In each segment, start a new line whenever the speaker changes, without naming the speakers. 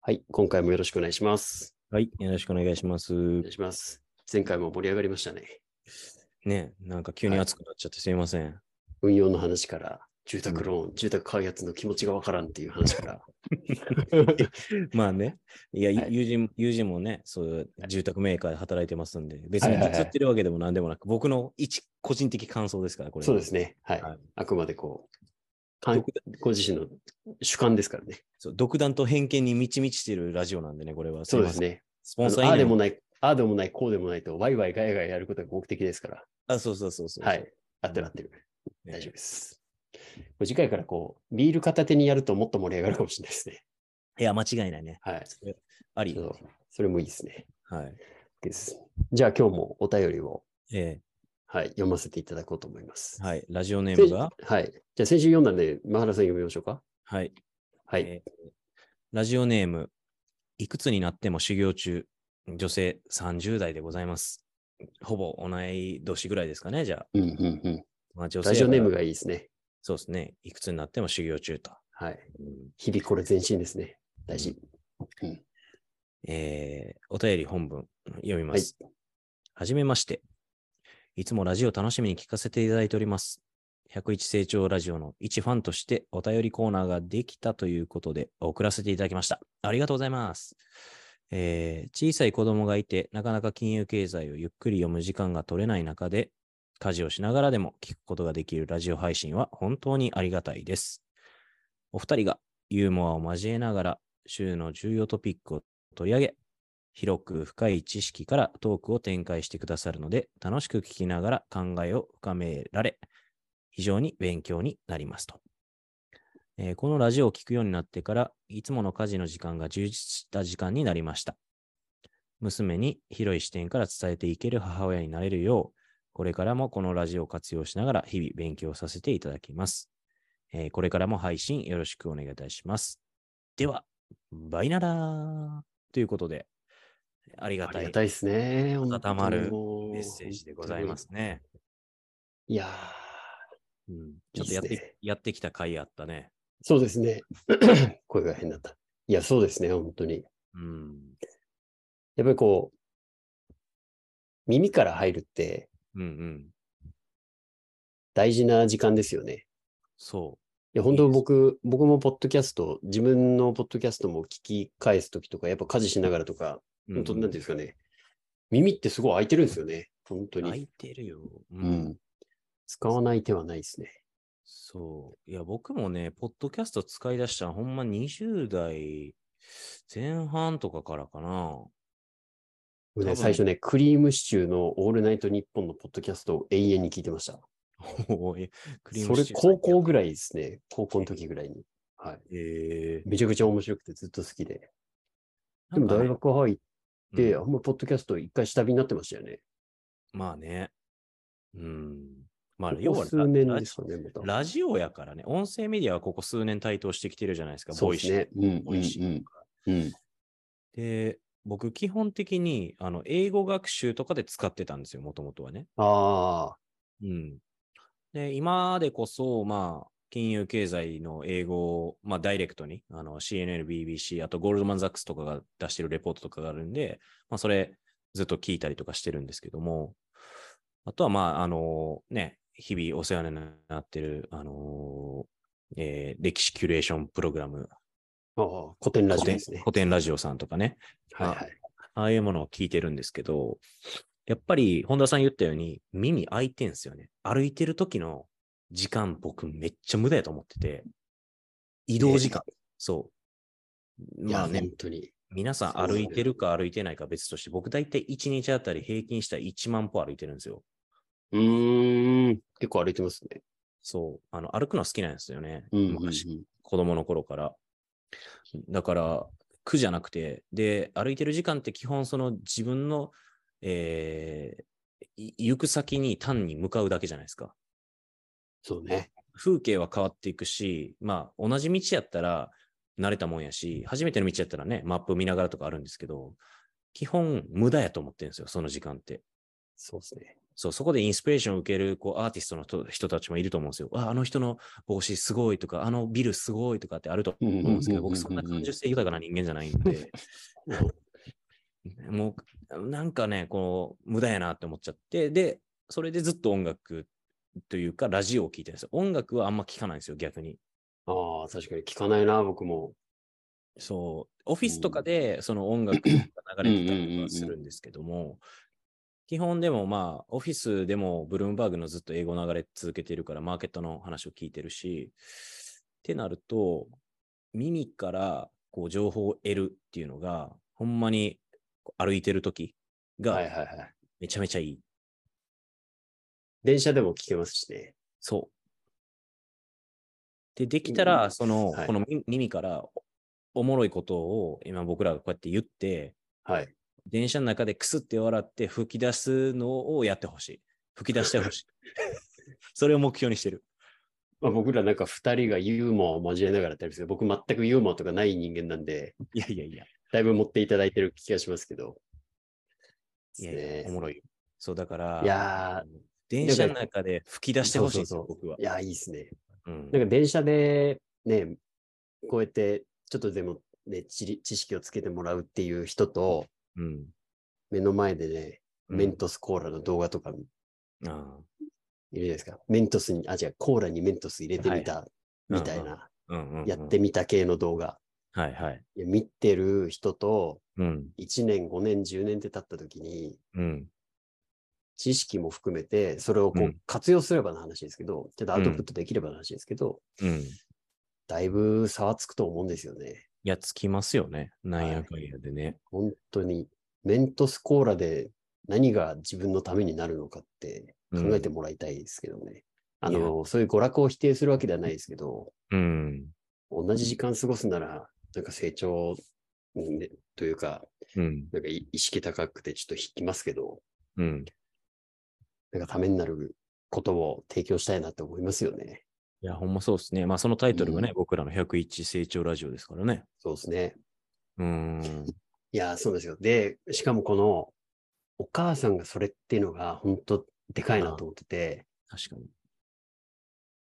はい、今回もよろしくお願いします。
はい、よろしくお願いします。
お願いします。前回も盛り上がりましたね。
ね、なんか急に暑くなっちゃってすいません。
運用の話から、住宅ローン、住宅開発の気持ちがわからんっていう話 から。
まあね、いや、
はい
友人、友人もね、そういう住宅メーカーで働いてますんで、別
は
に
いはいはい
釣ってるわけでも何でもなく、僕の一個人的感想ですから、これ。
そうですね。はい。
はい
あくまでこう、かん
独断
ご自身の主観ですからね。
そう独断と偏見に満ち満ちてるラジオなんでね、これは。
そうです
ね。
ね。
ス
あ
ポンサー
のああ
いない
でもない、ああでもない、こうでもないと、ワイワイガヤガヤやることが目的ですから。
あ、そうそうそうそう。
はい。合ってる合ってる。
ね
大丈夫です。これ次回からこう、ビール片手にやるともっと盛り上がるかもしれないですね。
いや、間違いないね。
はい。
あり。
そうそれもいいですね。
はい。
です。じゃあ今日もお便りを、
え
はい、読ませていただこうと思います。
ーはい。ラジオネームが、
先はい。じゃあ先週読んだんで、マハラさん読みましょうか。
はい。
はい。
えーラジオネーム、いくつになっても修行中、女性30代でございます。ほぼ同い年ぐらいですかね、じゃあ。
うんうんうん。
まあ、女性
ラジオネーム
が。
がいいですね。
そうですね。いくつになっても修行中と。
はい。日々これ前進ですね。大事。
えーお便り本文読みま
はい。
す。はじめまして。いつもラジオ楽しみに聞かせていただいております。101成長ラジオの一ファンとしてお便りコーナーができたということで送らせていただきました。ありがとうございます。えー小さい子供がいて、なかなか金融経済をゆっくり読む時間が取れない中で、家事をしながらでも聞くことができるラジオ配信は本当にありがたいです。お二人がユーモアを交えながら週の重要トピックを取り上げ、広く深い知識からトークを展開してくださるので、楽しく聞きながら考えを深められ、非常に勉強になりますと。えーこのラジオを聞くようになってから、いつもの家事の時間が充実した時間になりました。娘に広い視点から伝えていける母親になれるよう、これからもこのラジオを活用しながら日々勉強させていただきます。えーこれからも配信よろしくお願いいたします。では、バイナラーということで、ありが
あ
た
り
い
がたいですね。
温まる
本当にもう
メッセージでございます。ね。
いやー
うんちょっとやって
いいっすね
やってきた回あったね。
そうですね。 声が変だった。いや、そうですね。本当に。
うん。
やっぱりこう、耳から入るって
うんうん。
大事な時間ですよね。
そ
いや、本当僕、僕もポッドキャスト、自分のポッドキャストも聞き返すときとか、やっぱ家事しながらとか、
う。
本当なんていうん
で
ですかね、耳ってすごい開いてるんですよね、本当
泣
に。
いてるよ。う
う。ん。使わない手はないですね。
そう。いや、僕もね、ポッドキャスト使い出したのほんま20代前半とかからかな。
僕ね
多分
最初ね、クリームシチューのオールナイトニッポンのポッドキャストを永遠に聞いてました。
おーえクリー
そ
ム
れ
シチュー
高校ぐらいですね、高校の時ぐらいに。はい。
え
めちゃくちゃ面白くてずっと好きで。
ー
でも大学入っ
うん
て、あんまポッドキャスト一回下火になってましたよね。
まあね。うん。まあ、
こ
要
こ
は
数年
ラ
ですかね、また。
ラジオやからね、音声メディアはここ数年台頭してきてるじゃないですか、
そうですね。うんうん
ボイシー。ボイシーとか
うん。うん。
で、僕、基本的にあの英語学習とかで使ってたんですよ、もともとはね。
ああ、
うん。で、今でこそ、まあ、金融経済の英語を、まあ、ダイレクトに、あの、CNN、BBC、あと、ゴールドマン・ザックスとかが出してるレポートとかがあるんで、まあ、それ、ずっと聞いたりとかしてるんですけども、あとは、まあ、あの、ね、日々お世話になってる、あの、えー歴史キュレーションプログラム、
ああ、古典ラジオ
古
で
典
すね。
古典ラジオさんとかね、
はいはい。
ああいうものを聞いてるんですけど、やっぱり本田さん言ったように耳開いてんすよね。歩いてる時の時間僕めっちゃ無駄やと思ってて、移動時間。そう。
いや、
まあね
本、当に。
皆さん
そうそう
歩いてるか歩いてないか別として、僕大体1日あたり平均したら1万歩歩いてるんですよ。
うーん。結構歩いてますね。
そう。あの、歩くの好きなんですよね。
うんうん、う
昔
ん。
子供の頃から。だから、苦じゃなくて、で、歩いてる時間って基本その自分の、えーい行く先に単に向かうだけじゃないですか。
そうね。
風景は変わっていくし、まあ、同じ道やったら慣れたもんやし、初めての道やったらね、マップ見ながらとかあるんですけど、基本無駄やと思ってるんですよ、その時間って。
そうですね。
そう、そこでインスピレーションを受けるこうアーティストの人人たちもいると思うんですよ。ああの人の帽子すごいとか、あのビルすごいとかってあると
うん
思うんですけど、僕そんな感受性豊かな人間じゃないんで、 もうなんかね、こう、無駄やなって思っちゃって、で、それでずっと音楽というか、ラジオを聴いてるんですよ。音楽はあんま聞かないんですよ、逆に。
ああ、確かに聞かないな、僕も。
そう、オフィスとかでその音楽が流れてたりとかするんですけども、基本でもまあ、オフィスでもブルームバーグのずっと英語流れ続けてるから、マーケットの話を聞いてるし、ってなると、耳からこう情報を得るっていうのが、ほんまに歩いてる時
はいは
が
いはい。
めちゃめちゃいい。
電車でも聞けますしね。
そう。で、できたら、
うん
その、
はい
この耳耳からおおもろいことを今僕らがこうやって言って、
はい。
電車の中でクスって笑って吹き出すのをやってほしい。吹き出してほ しい。それを目標にしてる。
まあ、僕らなんか二人がユーモアを交えながらやったりする。僕全くユーモアとかない人間なんで、
いやいやいや。
だいぶ持っていただいてる気がしますけど。
いやいや、おもろいよ。そうだから、
いや
電車の中で吹き出してほしいんですよ
そうそう
僕は
ー、い。や、いいですね。
うん
なんか電車でね、こうやってちょっとでもね、知り知識をつけてもらうっていう人と、
うん
目の前でね、
うん
メントスコーラの動画とかいる
あ
じゃないですか。メントスに、あ、違う、コーラにメントス入れてみた、
い
みたい
うん
な、
ーうんうんうん
やってみた系の動画。
はいはい。
いや見てる人と、
うん。
1年、5年、10年って経った時に、
うん。
知識も含めて、それをこ
う
うん活用すればの話ですけど、ちょっとアウトプットできればの話ですけど、
うん。
だいぶ差はつくと思うんですよね。
いや、つきますよね。なんやかんやでね。
本当に、メントスコーラで何が自分のためになるのかって考えてもらいたいですけどね。あ
いや
の、そういう娯楽を否定するわけではないですけど、
うん。
同じ時間過ごすなら、なんか成長、ねというか、
うん。
なんかい意識高くてちょっと引きますけど、
うん。
なんかためになることを提供したいなって思いますよね。
いや、ほんまそうですね。まあ、そのタイトルがね、
うん
僕らの101成長ラジオですからね。
そうですね。
うー ん。
いやー、そうですよ。で、しかもこの、お母さんがそれっていうのが本当でかいなと思ってて、
確かに。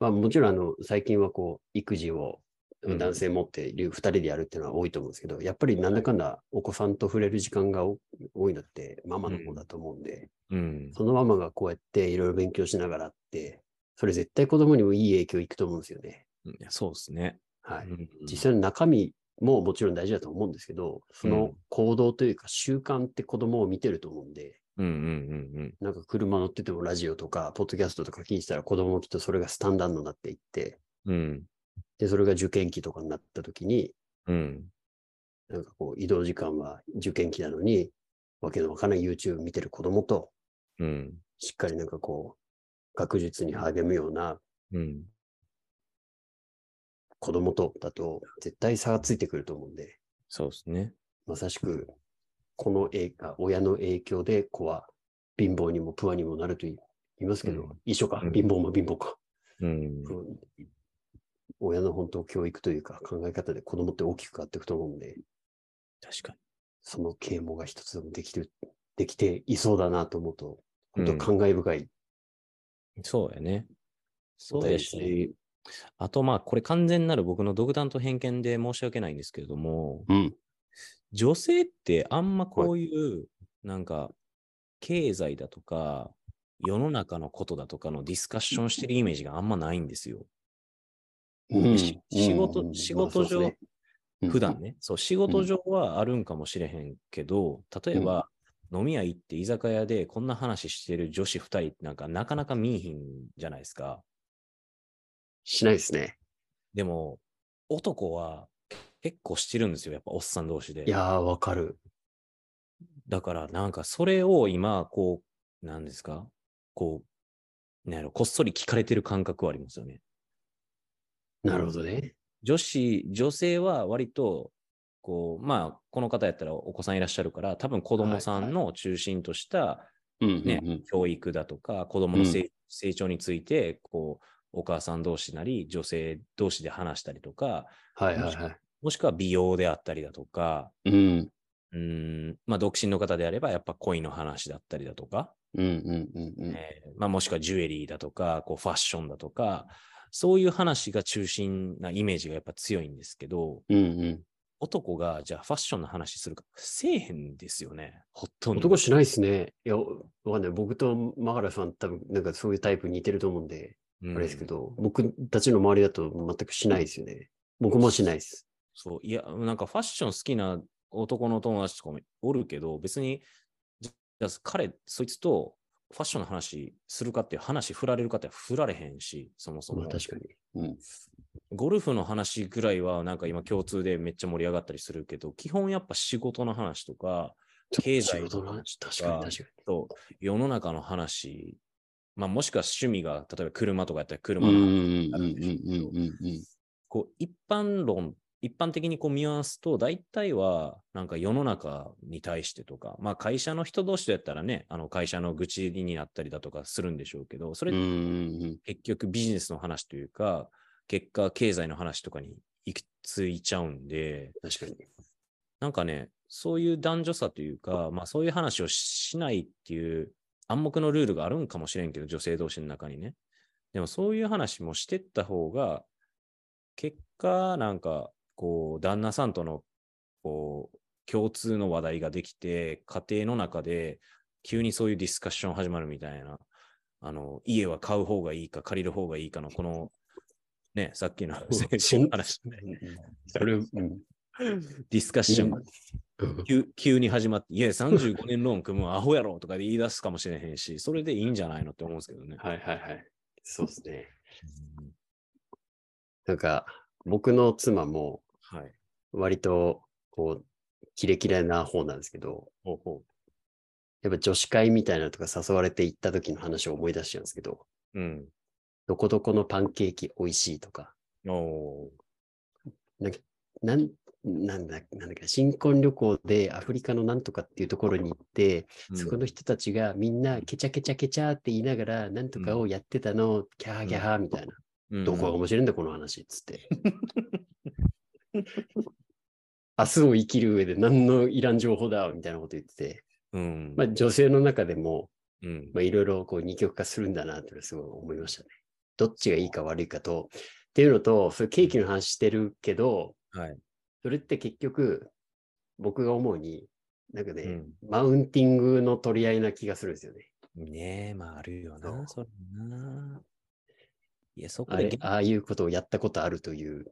まあ、もちろんあの最近はこう育児を
うん
男性持っている2人でやるっていうのは多いと思うんですけど、やっぱりなんだかんだお子さんと触れる時間がお多いのってママの方だと思うんで、
うん。
そのママがこうやっていろいろ勉強しながらって、それ絶対子供にもいい影響いくと思うんですよね。
いやそうですね。
は
う
い。
ん
実際の中身ももちろん大事だと思うんですけど、その行動というか習慣って子供を見てると思うんで、
うんうんうんうん。
なんか車乗っててもラジオとか、ポッドキャストとか聞いてたら子供もきっとそれがスタンダードになっていって、
うん。
で、それが受験期とかになった時に、
うん。
なんかこう、移動時間は受験期なのに、わけのわからない YouTube 見てる子供と、
うん。
しっかりなんかこう、学術に励むような
うん。
子供とだと、絶対差がついてくると思うんで、
そうですね。
まさしく、この影あ親の影響で子は貧乏にもプアにもなると言い言いますけど、
うん
一緒か
う、ん
貧乏も貧乏か。
うん。
うん親の本当教育というか考え方で子供って大きく変わっていくと思うんで、
確かに。
その啓蒙が一つでもできる、できていそうだなと思うと、
うん
本当感慨深い。
そうやね。
そ
そうやし、あとまあ、これ完全なる僕の独断と偏見で申し訳ないんですけれども、
うん。
女性ってあんまこういう、なんか、経済だとか、世の中のことだとかのディスカッションしてるイメージがあんまないんですよ。
うん
し仕事
うん
仕事
まあそうですねうん
普段ね。そう、仕事上はあるんかもしれへんけど、例えば、飲み屋行って居酒屋でこんな話してる女子二人なんかなかなか見えひんじゃないですか。
しないですね。
でも、男は結構してるんですよ。やっぱおっさん同士で。
いやー、わかる。
だから、なんか、それを今、こう、なんですかこう、なんやろ、こっそり聞かれてる感覚はありますよね。
なるほどね。
女子、女性は割と、こう、まあ、この方やったらお子さんいらっしゃるから、多分子供さんの中心とした
うんうん
ね
うん
教育だとか、子供のせい、
う
成長について、こう、お母さん同士なり、女性同士で話したりとか、
はいはいは
もしくは美容であったりだとか、
い。うん。
うーん、まあ、独身の方であれば、やっぱ恋の話だったりだとか、
うんうんうんうん。
えーまあ、もしくはジュエリーだとか、こうファッションだとか、そういう話が中心なイメージがやっぱ強いんですけど、
うんうん。
男がじゃあファッションの話するか、せえへんですよね、ほとんど。
男しないですね。いや、わかんない。僕とマガラさん、多分なんかそういうタイプ似てると思うんで、
うん
あれですけど、僕たちの周りだと全くしないですよね。僕もしないです。
そう、いや、なんかファッション好きな男の友達とかもおるけど、別に、じゃあ彼、そいつとファッションの話するかっていう話振られるかって振られへんし、そもそ
まあ
も。
確かに。うん。
ゴルフの話ぐらいはなんか今共通でめっちゃ盛り上がったりするけど、基本やっぱ仕事の話とか、経
仕
済
事の話、確かに確か
と世の中の話、まあもしくは趣味が、例えば車とかやったら
に。
車
う
の
ん
話
うんうんうんうんうん。
こう一般論、一般的にこう見ますと、大体はなんか世の中に対してとか、まあ会社の人同士とやったらね、あの会社の愚痴になったりだとかするんでしょうけど、それ
うんう
って
んうん。
結局ビジネスの話というか、結果経済の話とかに行き着いちゃうんで、
確かに。
なんかね、そういう男女差というか、まあそういう話をしないっていう暗黙のルールがあるんかもしれんけど、女性同士の中にね。でもそういう話もしてった方が、結果、なんか、こう、旦那さんとの、こう、共通の話題ができて、家庭の中で、急にそういうディスカッション始まるみたいな、あの、家は買う方がいいか、借りる方がいいかの、この、ね、さっきの先週の話、
それ、うん。
ディスカッションが
うん
急急に始まって、いや、35年ローン組むのアホやろとかで言い出すかもしれへんし、それでいいんじゃないのって思うんですけどね。
はいはいはい。そうですね。なんか、僕の妻も
はい。
割と、こう、キレキレな方なんですけど、
ほうほ
やっぱ女子会みたいなのとか誘われて行った時の話を思い出しちゃうんですけど、
う。うん。
どこどこのパンケーキ美味しいとか、
おー
なん、なんだ、なんだっけ、新婚旅行でアフリカのなんとかっていうところに行って、そこの人たちがみんなケチャケチャケチャって言いながら、なんとかをやってたのを、キャーキャーみたいな、
うん
どこが面白いんだこの話っつって。明日を生きる上で何のいらん情報だみたいなこと言ってて、
うん。
まあ女性の中でも、
うん。
まあ、いろいろこう二極化するんだなっていうのはすごい思いましたね。どっちがいいか悪いかと。っていうのと、それケーキの話してるけど、
はい。
それって結局、僕が思うに、なんかね、
うん
マウンティングの取り合いな気がするんですよね。
ねえ、まああるよ
そ
な、
う
それな。いや、そこ
あ
で
れ、ああいうことをやったことあるという、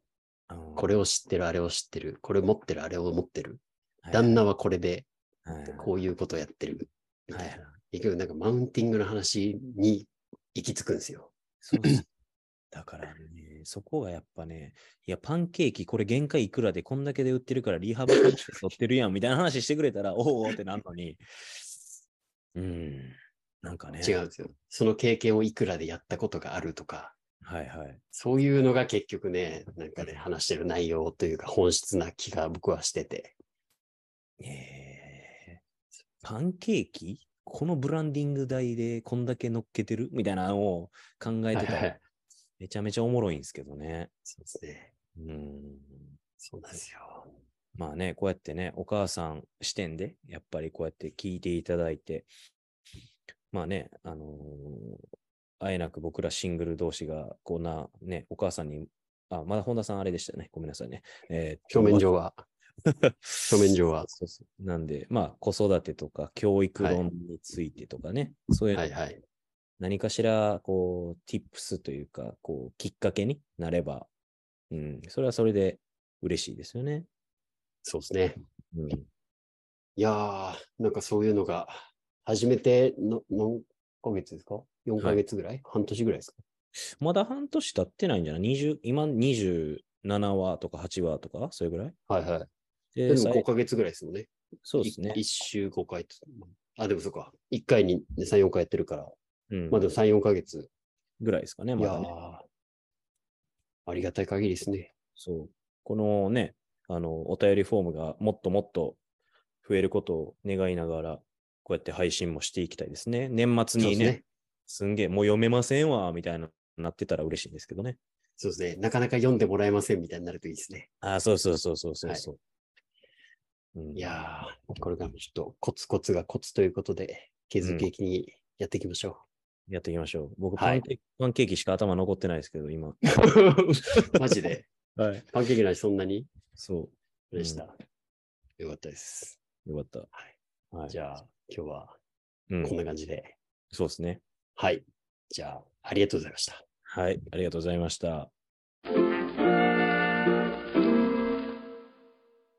これを知ってる、あれを知ってる、これ持ってる、あれを持ってる、旦
那、
那はこれで、
はい
こういうことをやってる、みたい
はい
な。結局、なんかマウンティングの話に行き着くんですよ。
そうそう だからね、そこがやっぱね、いや、パンケーキ、これ限界いくらで、こんだけで売ってるから、リハバカ取ってるやん、みたいな話してくれたら、お おってなるのに。うん。なんかね。
違うんですよ。その経験をいくらでやったことがあるとか、
はいはい。
そういうのが結局ね、なんかね、
うん
話してる内容というか本質な気が僕はしてて。
えーパンケーキこのブランディング代でこんだけ乗っけてるみたいなのを考えてた
はいは
ら
い、
めちゃめちゃおもろいんですけどね。
そうですね。
うん。
そうなんですよ。
まあね、こうやってね、お母さん視点で、やっぱりこうやって聞いていただいて、まあね、あのーあえなく僕らシングル同士が、こんなね、お母さんに、あ、まだ本田さんあれでしたね。ごめんなさいね。えー
表面上 は、表面上は。
そうそうなんで、まあ、子育てとか教育論についてとかね、そういう
はいはい。
何かしら、こう、tips というか、こう、きっかけになれば、うん、それはそれで嬉しいですよね。
そうですね。
うん。
いやー、なんかそういうのが、初めての、何ヶ月ですか ?4 ヶ月ぐらい、半年ぐらいですか
まだ半年経ってないんじゃない ?20、今27話とか8話とか、それぐらい
はいはい。
で
でも
最
5ヶ月ぐらいですもんね。
そうですね
1。週5回と。あ、でもそうか。1回に3、4回やってるから。
うん
まあでも3、4ヶ月。
ぐらいですかね、
い
ま
や
だね。
ーありがたい限りですね。
そう。このね、あの、お便りフォームがもっともっと増えることを願いながら、こうやって配信もしていきたいですね。年末
そうで
に
す
ね、
ね。
すんげえ、もう読めませんわ、みたいな、なってたら嬉しいんですけどね。
そうですね。なかなか読んでもらえませんみたいになるといいですね。
ああ、そうそうそうそうそうそう。うん
いやー、これからもちょっとコツコツがコツということで、継続的にやっていきましょ
やっていきましょう。僕、
はい
パンケーキパンケーキしか頭残ってないですけ ど、今。
う。マジで。
はい。
パンケーキの味そんなに
そ
でした。よかったです。
う。よかった。はい
じゃあ、今日は
うん
こんな感じで。
そうですね。
はい。じゃあ、ありがとうございました。
はい。ありがとうございました。